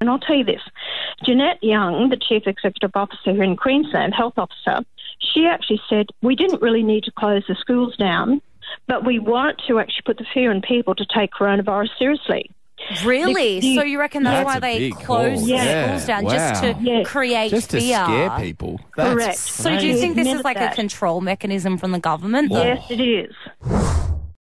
And I'll tell you this Jeanette Young, the Chief Executive Officer here in Queensland, Health Officer, she actually said, We didn't really need to close the schools down, but we want to actually put the fear in people to take coronavirus seriously. Really? The- so you reckon that's, That's why a they big closed call. the Yeah. schools down just to Wow. Yeah. create Just to fear? scare people. That's Correct. So do you Right. think this is Admitted like a that. control mechanism from the government? Yeah. Yes, it is.